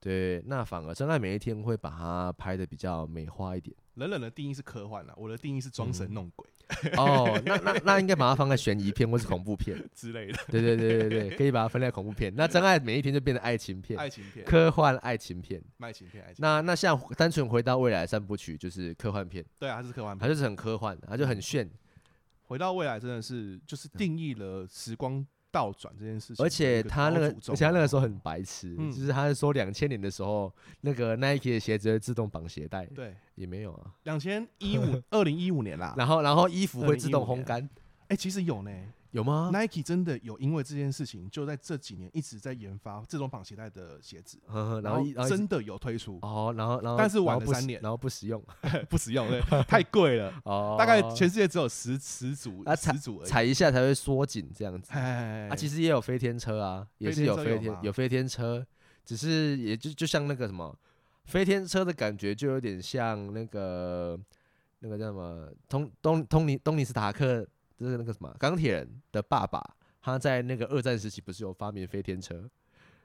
对，那反而《真爱每一天》会把它拍的比较美
*laughs*
化一点。
冷冷的定义是科幻啊啦，我的定义是装
嗯
神弄鬼 *laughs*
哦，那那那应该把它放在悬疑片或是恐怖片。 *laughs*
之类的
对对对对对，可以把它分类恐怖片。那真爱每一天就变成爱情片、
爱情片、
科幻爱情片。
爱情片、爱情片，
那那像单纯回到未来三部曲就是科幻片，
对啊，它是科幻
它
片。
就是很科幻，它就很炫，
回到未来真的是就是定义了时光倒转这件事情，
嗯而且他那个，而且他那个时候很白痴，
嗯
就是他说两千年的时候，那个 Nike 的鞋子会自动绑鞋带，
对，啊
也没有啊。
两千一五二零一五年啦，
然后然后衣服会自动烘干，
哎，其实有呢
有吗？
，Nike 真的有因为这件事情，就在这几年一直在研发自动绑鞋带的鞋子，
呵呵然后一然后一直
真的有推出，
哦，然后然后
但是晚
然后
了
不
三
实
年
然后不实用
*laughs* 不实用，对， *laughs* 太贵了，
哦，
大概全世界只有十十组
啊
十组而已。
踩一下才会缩紧这样子。
哎
啊，其实也有飞天车啊，也是有
飞天车
飞
有
天
吗
有飞天车，只是也就就像那个什么飞天车的感觉，就有点像那个那个叫什么通东东尼东尼斯塔克，就是那个什么钢铁人的爸爸，他在那个二战时期不是有发明飞天车？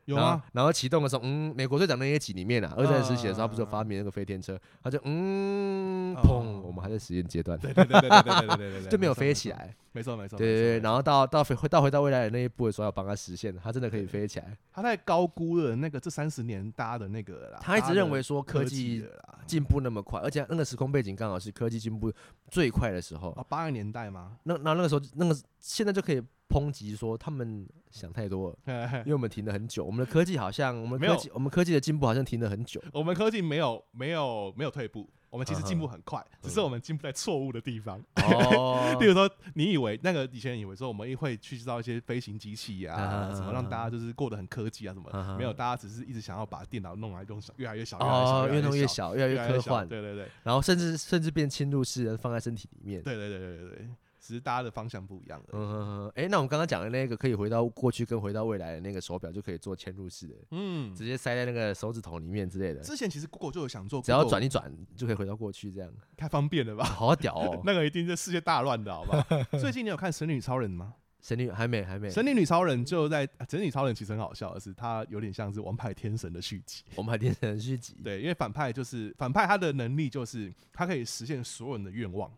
有啊
然
吗
后？然后启动的时候，嗯，美国队长那一集里面啊，二战时期的时候，他不是有
嗯
发明那个飞天车？他就嗯，
哦
砰，我们还在实验阶段，
对对对对对对对对对对，
*laughs* 就没有
错
飞起。来。
没错没错，
对
没
对
错
对，
没错
然后到到回到回到未来的那一步的时候，要帮他实现，他真的可以飞起来。
他太高估了那个这三十年搭的那个了啦，
他一
搭
直
的
认为说科
技
技
的啦，
进步那么快，而且那个时空背景刚好是科技进步最快的时候
哦，。八零年代吗？
那那那个时候，那个现在就可以抨击说他们想太多了，因为我们停了很久，我们的科技好像我们
没
科
有
技我们科技的进步好像停了很
*laughs*
久。
我们科技没有没有没有退步，我们其实
嗯哼
进步很快，只是我们进步在错误的地方。
哦
*laughs* 例如说，你以为那个以前以为说我们会去制造一些飞行机器啊，
嗯
什么让大家就是过得很科技啊什么
嗯哼，
没有，大家只是一直想要把电脑弄来弄小，越来越小，
哦，
越
越
来
弄
越
越
小，
小，越来
越
越
来
科
越小
幻，
对对对
然后甚至甚至变侵入式的放在身体里面。
对对对对对对，只是大家的方向不一样了。
嗯，哎、那我们刚刚讲的那个可以回到过去跟回到未来的那个手表，就可以做嵌入式的，
嗯，
直接塞在那个手指头里面之类的，
之前其实 Google 就有想做，
只要转一转就可以回到过去，这样
太方便了吧？！
*laughs* 好屌哦 *laughs*
那个一定是世界大乱的，好不好？最近你有看《神女超人》吗？
神女还没还没
《神女超人》就在《啊神女超人》其实很好笑的是，它有点像是《王牌天神》的续集。
我们还电神续集，
对，因为反派就是反派，他的能力就是他可以实现所有人的愿望，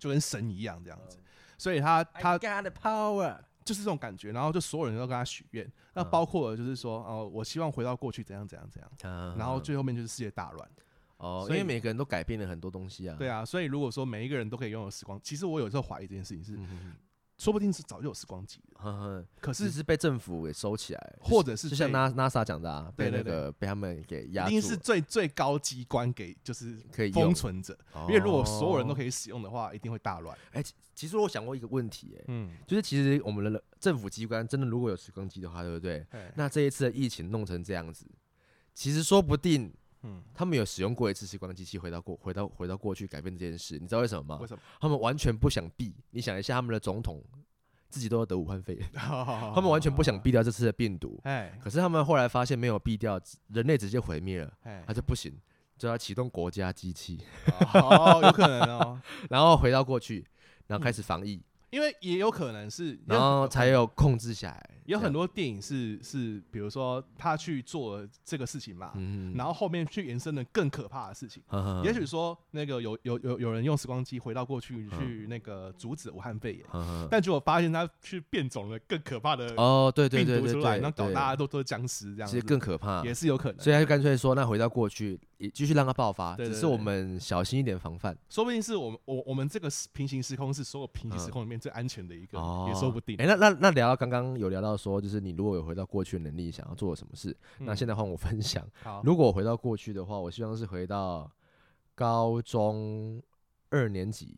就跟神一样这样子。所以他他
got the power，
就是这种感觉，然后就所有人都跟他许愿，那
嗯
包括了就是说哦，我希望回到过去怎样怎样怎样，然
然
后最后面就是世界大乱。
啊哦，因
所以
为每个人都改变了很多东西啊，
对
啊，
啊，所以如果说每一个人都可以拥有时光，其实我有时候怀疑这件事情是，
嗯哼
说不定是早就有时光机了，
哼哼
可
只
是
是被政府给收起来，
或者是
就像
被
Na NASA 讲的啊，被
对
那
对
个被他们给压
一
住
定是
了，
最最高机关给就是
可以
封
用，哦
存着，
因
因为如果所有人都
以，
可以使用的话，一定会大乱。
哎，其其实我想过一个问题，哎，
嗯，
就是其实我们的政府机关真的如果有时光机的话，对不对？
对，
那这一次的疫情弄成这样子，其实说不定
嗯，
他们有使用过一次时光机器回到过回到回到过去改变这件事，你知道为什么吗
为？什么？ *laughs*
他们完全不想避。你想一下，他们的总统自己都要得武汉肺炎，
他
他们完全不想，避掉这次的病毒。
哎
可是他们后来发现没有避掉，人类直接毁灭了，
哎
他，就不行，就要启动国家机器，
哦，有可能哦，
*laughs* 然后回到过去，然后开始防疫，
因为也嗯有可能是，
然后才有控制下来。
有很
多，
多电影是是，比如说他去做了这个事情嘛，
嗯
然后后面去延伸了更可怕的事情。
后
也许说，那个有有有有人用时光机回到过去
嗯
去那个阻止武汉肺炎，
嗯
但结果发现他去变种了更可怕的
哦，对对
病
对
毒
对
出
对，
来，然后搞
对
大家都都是僵尸这样
其
子
实，更可怕，
也是有可能。
所以他就干脆说，那回到过去，也继续让它爆发，
对对
只是我们小心一点防范。
说不定是我们我我们这个时平行时空是所有平行时空里面最安全的一个，
嗯哦，
也说不定。
哎、那那那聊到刚刚有聊到说，就是你如果有回到过去的能力，想要做什么事？那
嗯
现在换我分享。
好，
如果我回到过去的话，我希望是回到高中二年级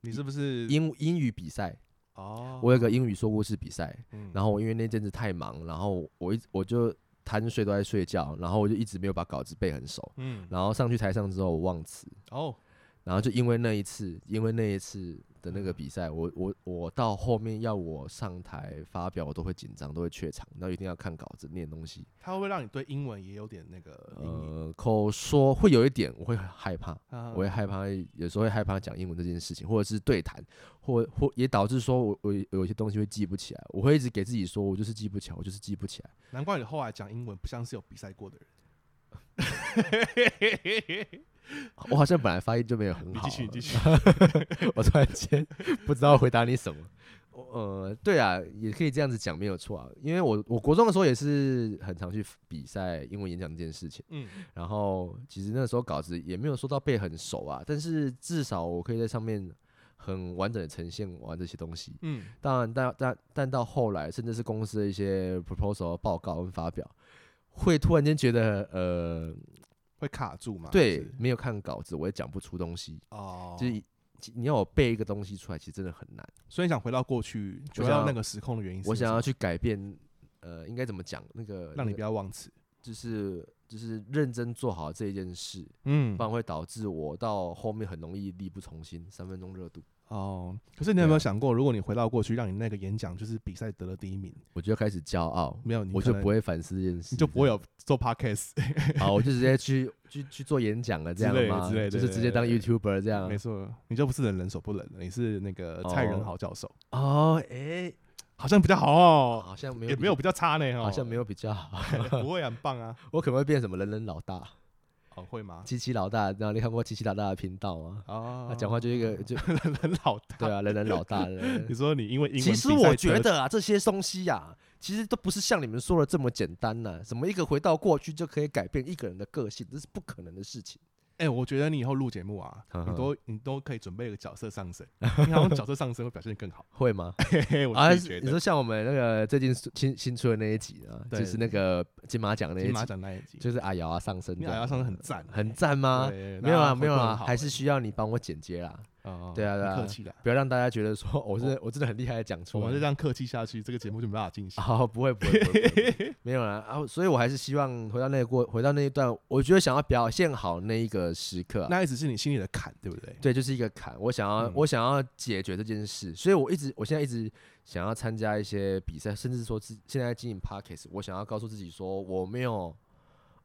你是不是
英英语比赛，
哦？
我有个英语说故事比赛，
嗯
然后我因为那阵子太忙，然后我一我就贪睡都在睡觉，然后我就一直没有把稿子背很熟，
嗯，
然后上去台上之后我忘词，
哦，
然后就因为那一次，因为那一次的那个比赛，我我我到后面要我上台发表，我都会紧张，都会怯场，然后一定要看稿子念东西，
它会不会让你对英文也有点那个阴影？
呃，口说会有一点，我会害怕，
啊
我会害怕，有时候会害怕讲英文这件事情，或者是对谈，或或也导致说我我有一些东西会记不起来，我会一直给自己说，我就是记不起来，我就是记不起来。
难怪你后来讲英文不像是有比赛过
*laughs*
的人。
我好像本来发音就没有很
你
好
继续，你
了 *laughs*
继续。
我突然间不知道回答你什么。呃，对啊，也可以这样子讲，没有错啊。因为我我国中的时候也是很常去比赛英文演讲这件事情，
嗯，
然后其实那时候稿子也没有说到背很熟啊，但是至少我可以在上面很完整的呈现完这些东西。
嗯，
当然，但但但到后来，甚至是公司的一些 proposal 报告跟发表，会突然间觉得呃，
会卡住吗？还
对
是，
没有看稿子，我也讲不出东西，
哦，
就是其你要我背一个东西出来，其实真的很难。
所以你想回到过去，
我
回到
想要
那个时空的原因是
我
什
想
么
要去改变，呃，应该怎么讲？那个
让你不
那个
要忘词。
就是就是认真做好这一件事，
嗯
不然会导致我到后面很容易力不从心，三分钟热度，
哦，可是你有没
对
有
啊
想过，如果你回到过去，让你那个演讲就是比赛得了第一名，
我就开始骄傲，
没有，你
我
可
就
能
不，会反思这件事，
你就不会
有
有做 podcast， *laughs*
好，我就直接去去去做演讲了，这
之
样
类的
吗？
之类的
就是直接当
对
YouTuber 这
*laughs*
样
没。错，你就不是人人所不能了，你是那个蔡仁
嗯哦
豪教授，
哦，哎，
好像比较好哦，
好像没有
也
比
没有，比较差呢，
好像没
有，
有比较好，
*laughs*
*laughs*
不会很棒啊，
我可能会变什么人人老大、
哦，会 *laughs* 吗？
七七老大，然后你看过七七老大的频道吗？
啊
他讲
*laughs*
话就一个就
人人老大，
对啊，人人老大。人人
你说你因为英文
其实
比赛
我觉
得
得啊，这些东西呀、其实都不是像你们说的这么简单呐、什么一个回到过去就可以改变一个人的个性，这是不可能的事情。
哎、我觉得你以后录节目啊，
呵呵
你都你都可以准备一个角色 *laughs* 上升，你好像角色上升会表现得更好。 *laughs*
会吗？
嘿嘿，我
啊，
自己觉
你
得。
说像我们那个最近新新出的那一集啊，
对
就是那个金马奖那
金
一
马
集，
奖那一集，
就是阿瑶啊上升
你
这
好
样，
像上升很赞，
很赞吗？
对
没有
大家
啊，没有
回馈很
啊，
好欸
还是需要你帮我剪接啦，
哦
对啊对啊
不客气的。
不要让大家觉得说哦我真的我真的很厉害的讲
我
出
们就这
来。
样客气下去，这个节目就没办法进行。
*laughs* 哦，不会不会，不会不 *laughs* 会没有啦啊，所以我还是希望回到那个过，回到那一段，我觉得想要表现好那一个时刻啊、
那一直是你心里的坎，对不对？
对，就是一个坎。我想要，
嗯
我想要解决这件事，所以我一直，我现在一直想要参加一些比赛，甚至说自现在经营 podcast，我想要告诉自己说，我没有，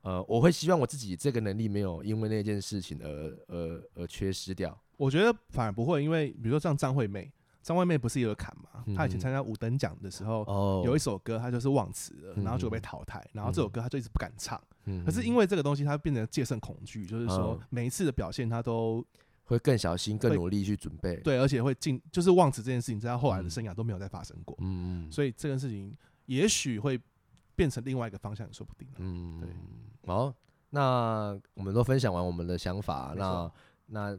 呃，我会希望我自己这个能力没有因为那件事情而而而缺失掉。
我觉得反而不会，因为比如说像张惠妹，张惠妹不是也有坎嘛？
嗯
她以前参加五等奖的时候，
哦
有一首歌她就是忘词了，然后就被
嗯
淘汰，然后这首歌她就一直不敢唱。可是因
为
为这个东西，她变得戒慎恐惧，就是说
嗯
每一次的表现她都
会更小心、更
会
努力去准备。，
对，而且会进，就是忘词这件事情，在他后来的
嗯
生涯都没有再发生过，
嗯，
所以这件事情也许会变成另外一个方向，也说不定啊。
嗯，
对
好，那我们都分享完我们的想法，
没
那
错
那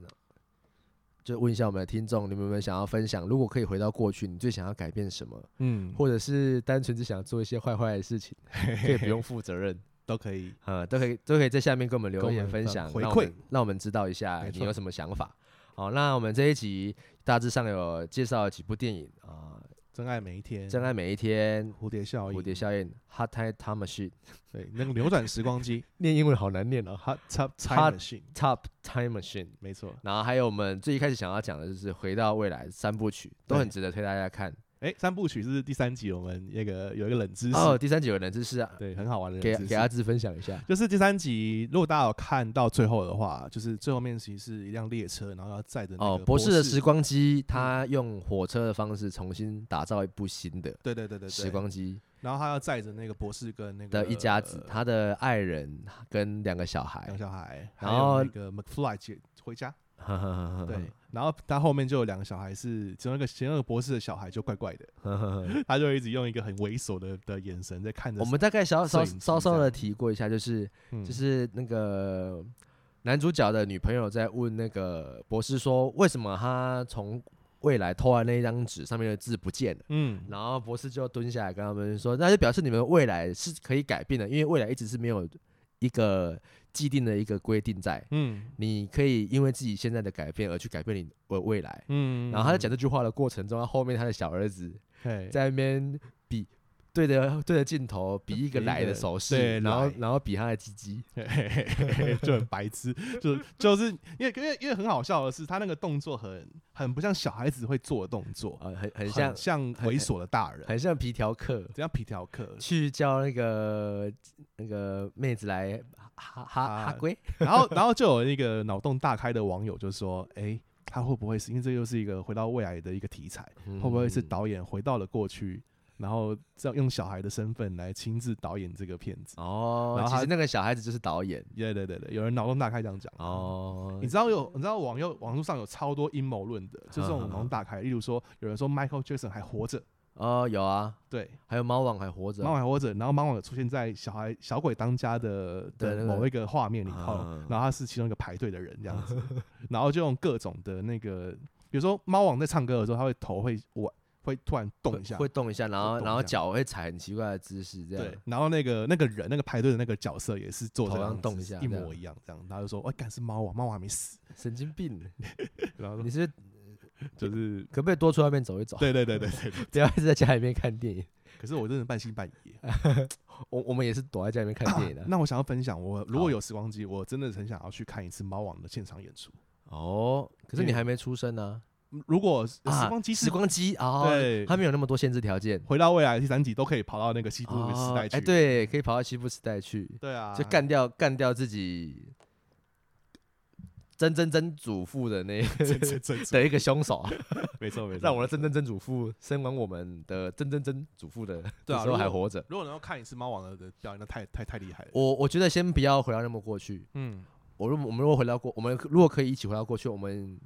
就问一下我们的听众，你们有没有想要分享？如果可以回到过去，你最想要改变什么？
嗯，
或者是单纯只想做一些坏坏的事情，可以不用负责 *laughs* 任，
*laughs* 都可以。
啊，都可以都可以在下面跟我们留
跟我
言
们
分
分
享
回
让我
馈
们让我们知道一下
没
你
错
有什么想法。好，那我们这一集大致上有介绍了几部电影啊，
真爱每一天，
《真爱每一天》
蝴蝶效
《
应，
蝴蝶效应》《Hot Time Time Machine》，
对，那个扭转时光
*laughs*
机
念英文好难念啊，
，Hot Top
Hot-
Time Machine，
《Top Time Machine》。
没错。
然后还有我们最一开始想要讲的就是《回到未来》三部曲，都
对
很值得推大家看。
哎，三部曲是第三集，我们那个有一个冷知识，
哦，第三集有冷知识啊，
对，很好玩的
给
冷知
给阿
识。
志分享一下。
就是第三集，如果大家有看到最后的话，就是最后面其实是一辆列车，然后要载着那
哦，
个嗯
博士的时
光，
光机，他用火车的方式重新打造一部新的
对对对对
时
对，
光机
然后他要载着那个博士跟那个呃
的一家子，他的爱人跟两个小孩
两个。小孩，
然
还有
后嗯
那个 McFly 姐回家，
呵呵 *laughs* 呵呵
对，然后他后面就有两个小孩是其中一个其中一个博士的小孩就怪怪的， *laughs*
呵呵呵
他就一直用一个很猥琐的的眼神在看着
我们大概稍稍
摄影机
稍稍
这
的
样
提过一下，就是
嗯
就是那个男主角的女朋友在问那个博士说，为什么他从未来偷完那一张纸上面的字不见了？
嗯
然后博士就蹲下来跟他们说，那就表示你们未来是可以改变的，因为未来一直是没有一个既定的一个规定在，
嗯
你可以因为自己现在的改变而去改变你未未来。
嗯
然后他在讲这句话的过程中，他后面他的小儿子
对
在那边比对着对着镜头比一个
比一
来
个
的手势，
对
然后
来
然后比他的鸡鸡，
嘿嘿嘿嘿 *laughs* 就很白痴，就就是因为因为因为很好笑的是，他那个动作很很不像小孩子会做的动作，
呃，很很
很
像
像
很
猥琐的大人，呃
很像皮条客
这样皮条
*laughs*
客。
去叫那个那个妹子来哈哈哈
啊
龟，
然后然后就有那个脑洞大开的网友就说：“哎、他会不会是因为这又是一个回到未来的一个题材？
会
*laughs* 会不会是导演回到了过去，然后这样用小孩的身份来亲自导演这个片子？”
哦
然，后
其
他
实那个小孩子就是导演
对对对对，有人脑洞大开这样讲。
哦
你，知道有，你知道网友网络上有超多阴谋论的，就这种
嗯
脑洞大开。例如说，有人说 Michael Jackson 还活着，
哦有啊，
对，
还有猫王还活着
猫王还活着，然后猫王有出现在小孩小鬼当家的
对那个
的某一个画面里头
啊，
然后他是其中一个排队的人这样
*laughs*
子，然后就用各种的那个，比如说猫王在唱歌的时候，他会头会歪，会突然动一下，
会动一下，然
会
后
动
然后
一下
脚会踩很奇怪的姿势，这
对
样，
然后那个那个人那个排队的那个角色也是做这
头
样
上
子
动一下
一
这样
模一样这样，然后就说，哎，干是猫王，猫王还没死，
神
*laughs*
经病，
然后
你是
就是。
*laughs* 可不可以多出外面走一走？
对对对对对，
*laughs* 不要一直在家里面看电影。
可是我真的半信半疑。
我我们也是躲在家里
*coughs*
面看电影的。
那我想要分享，我如
好
果有时光机，我真的很想要去看一次猫王的现场演出。嗯
哦，可是你还没出生呢、
如果呃时
啊。
光机
时
是
光机哦，
对
它没有那么多限制条件。
回到未来第三集都可以跑到那个西部时代
哦
去。
哎，对，可以跑到西部时代去，
对啊，
就干掉干掉自己曾曾曾祖父的 *laughs* 那
真真真真，
的一个凶手，啊
没错没错。
*laughs* 让我的曾曾曾祖父生完我们的曾曾曾祖父 *laughs* 的
对
的
啊
时
如
候还
果
活着。
如果能够看一次猫王的的表演，那太太太厉害了。
我我觉得先不要回到那么过去，
嗯，
我如我们如果回到过，我们如果可以一起回到过去，我们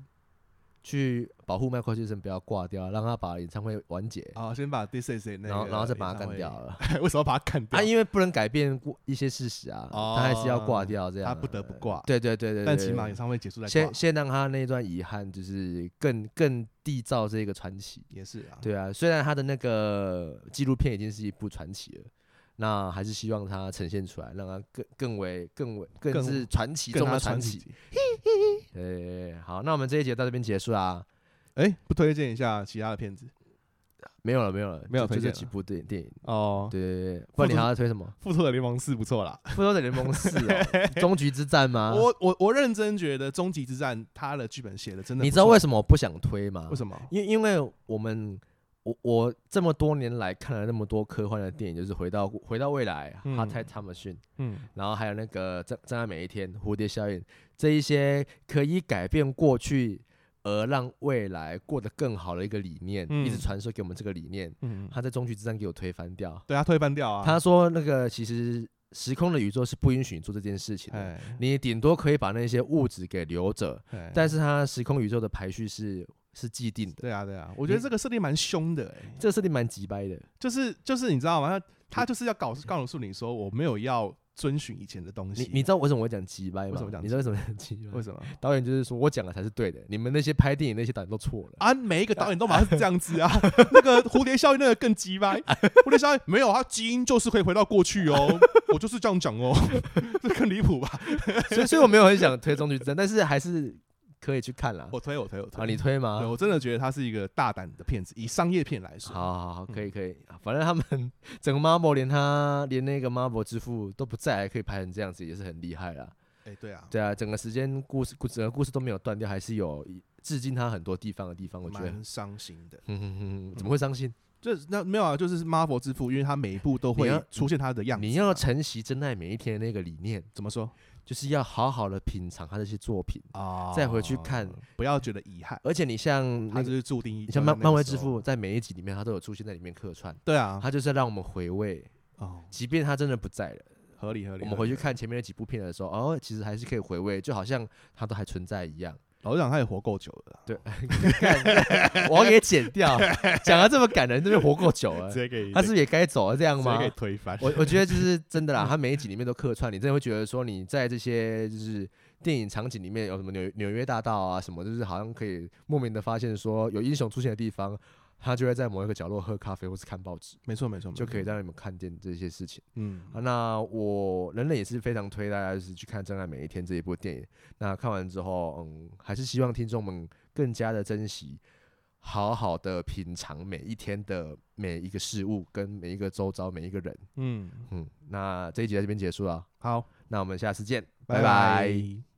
去保护迈克尔·杰森不要挂掉，让他把演唱会完结，
好，先把 This Is It 那个
然后然后再把
演
他
唱
干
会
掉。了。
*laughs* 为什么要把他干掉
啊，？因为不能改变过一些事实啊，
哦
他还是要挂掉这样。
他不得不挂，
对对对对，
啊但
对
起码
对
演唱会结束再挂
先先让他那段遗憾，就是更更缔造这个传奇。
也是啊。
对啊，虽然他的那个纪录片已经是一部传奇了。那还是希望他呈现出来，让他更更为更为更
更
是传奇
跟
中
他
的
传
传
奇
奇。。对，好，那我们这一节到这边结束啦。
哎，不推荐一下其他的片子
没有了，没有了，
没有
就
推
就这
荐
几
了
部电电影。
哦。
对对对，不然你还要推
*laughs*
什么？
复仇者联盟四不错啦，
《复仇者联盟四》哦，《终局之战》吗？
我我我认真觉得《终极之战》他的剧本写的真的不错，
你知道为什么我不想推吗？
为什么？
因因为我们我我这么多年来看了那么多科幻的电影，就是回到回到未来、
嗯
哈泰汤姆逊，
嗯，
然后还有那个真真爱每一天、蝴蝶效应这一些可以改变过去。而让未来过得更好的一个理念，
嗯
一直传授给我们这个理念，
嗯，
他在终局之战给我推翻掉。
对他推翻掉啊，
他说那个其实时空的宇宙是不允许你做这件事情的，
哎，
你顶多可以把那些物质给留着，
哎
但是它时空宇宙的排序是是既定的。
对啊对啊，我觉得
你
这个设定蛮凶的哎，
这个设定蛮急掰的，
就是就是你知道吗？他他就是要告诉告诉你说我没有要遵循以前的东
你
西，
你知道嗯为什么我讲急掰
为
吗
什么？讲
你知道为什么讲急掰
为？什么
导演就是说我讲的才是对的，你们那些拍电影那些导演都错了。
啊？每一个导演都马上是这样
*laughs*
子啊，那个蝴蝶效应那个更鸡掰，蝴蝶效应没有，他基因就是可以回到过去哦，我就是这样讲哦， *laughs* 这更离谱吧？ *laughs*
所以所以我没有很想推《终局之战》，但是还是可以去看啦。
我推我推我
啊，
推，
你推
对
吗？
我真的觉得他是一个大胆的骗子，以商业片来
好
说，
好好，
嗯
可以可以，反正他们整个 Marvel 连他连那个 Marvel 之父都不在，还可以拍成这样子，也是很厉害啦。
哎，对啊，
对啊，整个时间故事故整个故事都没有断掉，还是有致敬他很多地方的地方，我觉得。
蛮伤心的。
嗯哼哼，怎么会伤心？
就是那没有啊，就是 Marvel 之父，因为他每一部都
你
会
要
出现他的样子啊、
你要承袭真爱每一天的那个理念，
怎么说
就是要好好的品尝他这些作品，
啊
再回去看。
不要觉得遗憾，
而且哦你像
他
那
就
个，
是注定一。
你像漫漫威
就
之
在那个时候，
父，在每一集里面他都有出现在里面客串，
对啊，
他就是要让我们回味，
哦，
即便他真的不在了，
合理合理。
我们回去看前面的几部片的时候，哦，其实还是可以回味，就好像他都还存在一
*laughs*
样。 *laughs*
老实讲，他也活够久了啦，
对，干我要给剪
*laughs*
掉，讲的这么感人，真的活够久了，
接给
*laughs* 他是不是也该走了这样
直
吗
接？给推翻。
*laughs* 我我觉得就是真的啦，他每一集里面都客串，你真的会觉得说你在这些就是电影场景里面有什么纽纽约大道啊什么，就是好像可以莫名的发现说有英雄出现的地方，他就会在某一个角落喝咖啡或是看报纸，
*laughs* 没错没错，没
就
错
可以让你们看见这些事情。
嗯，
啊那我人人也是非常推大家就是去看《真爱每一天》这一部电影。那看完之后，嗯，还是希望听众们更加的珍惜好好的品尝每一天的每一个事物，跟每一个周遭每一个人。
嗯，
嗯，那这一集在这边结束了，
好，
那我们下次见，
拜
拜拜
拜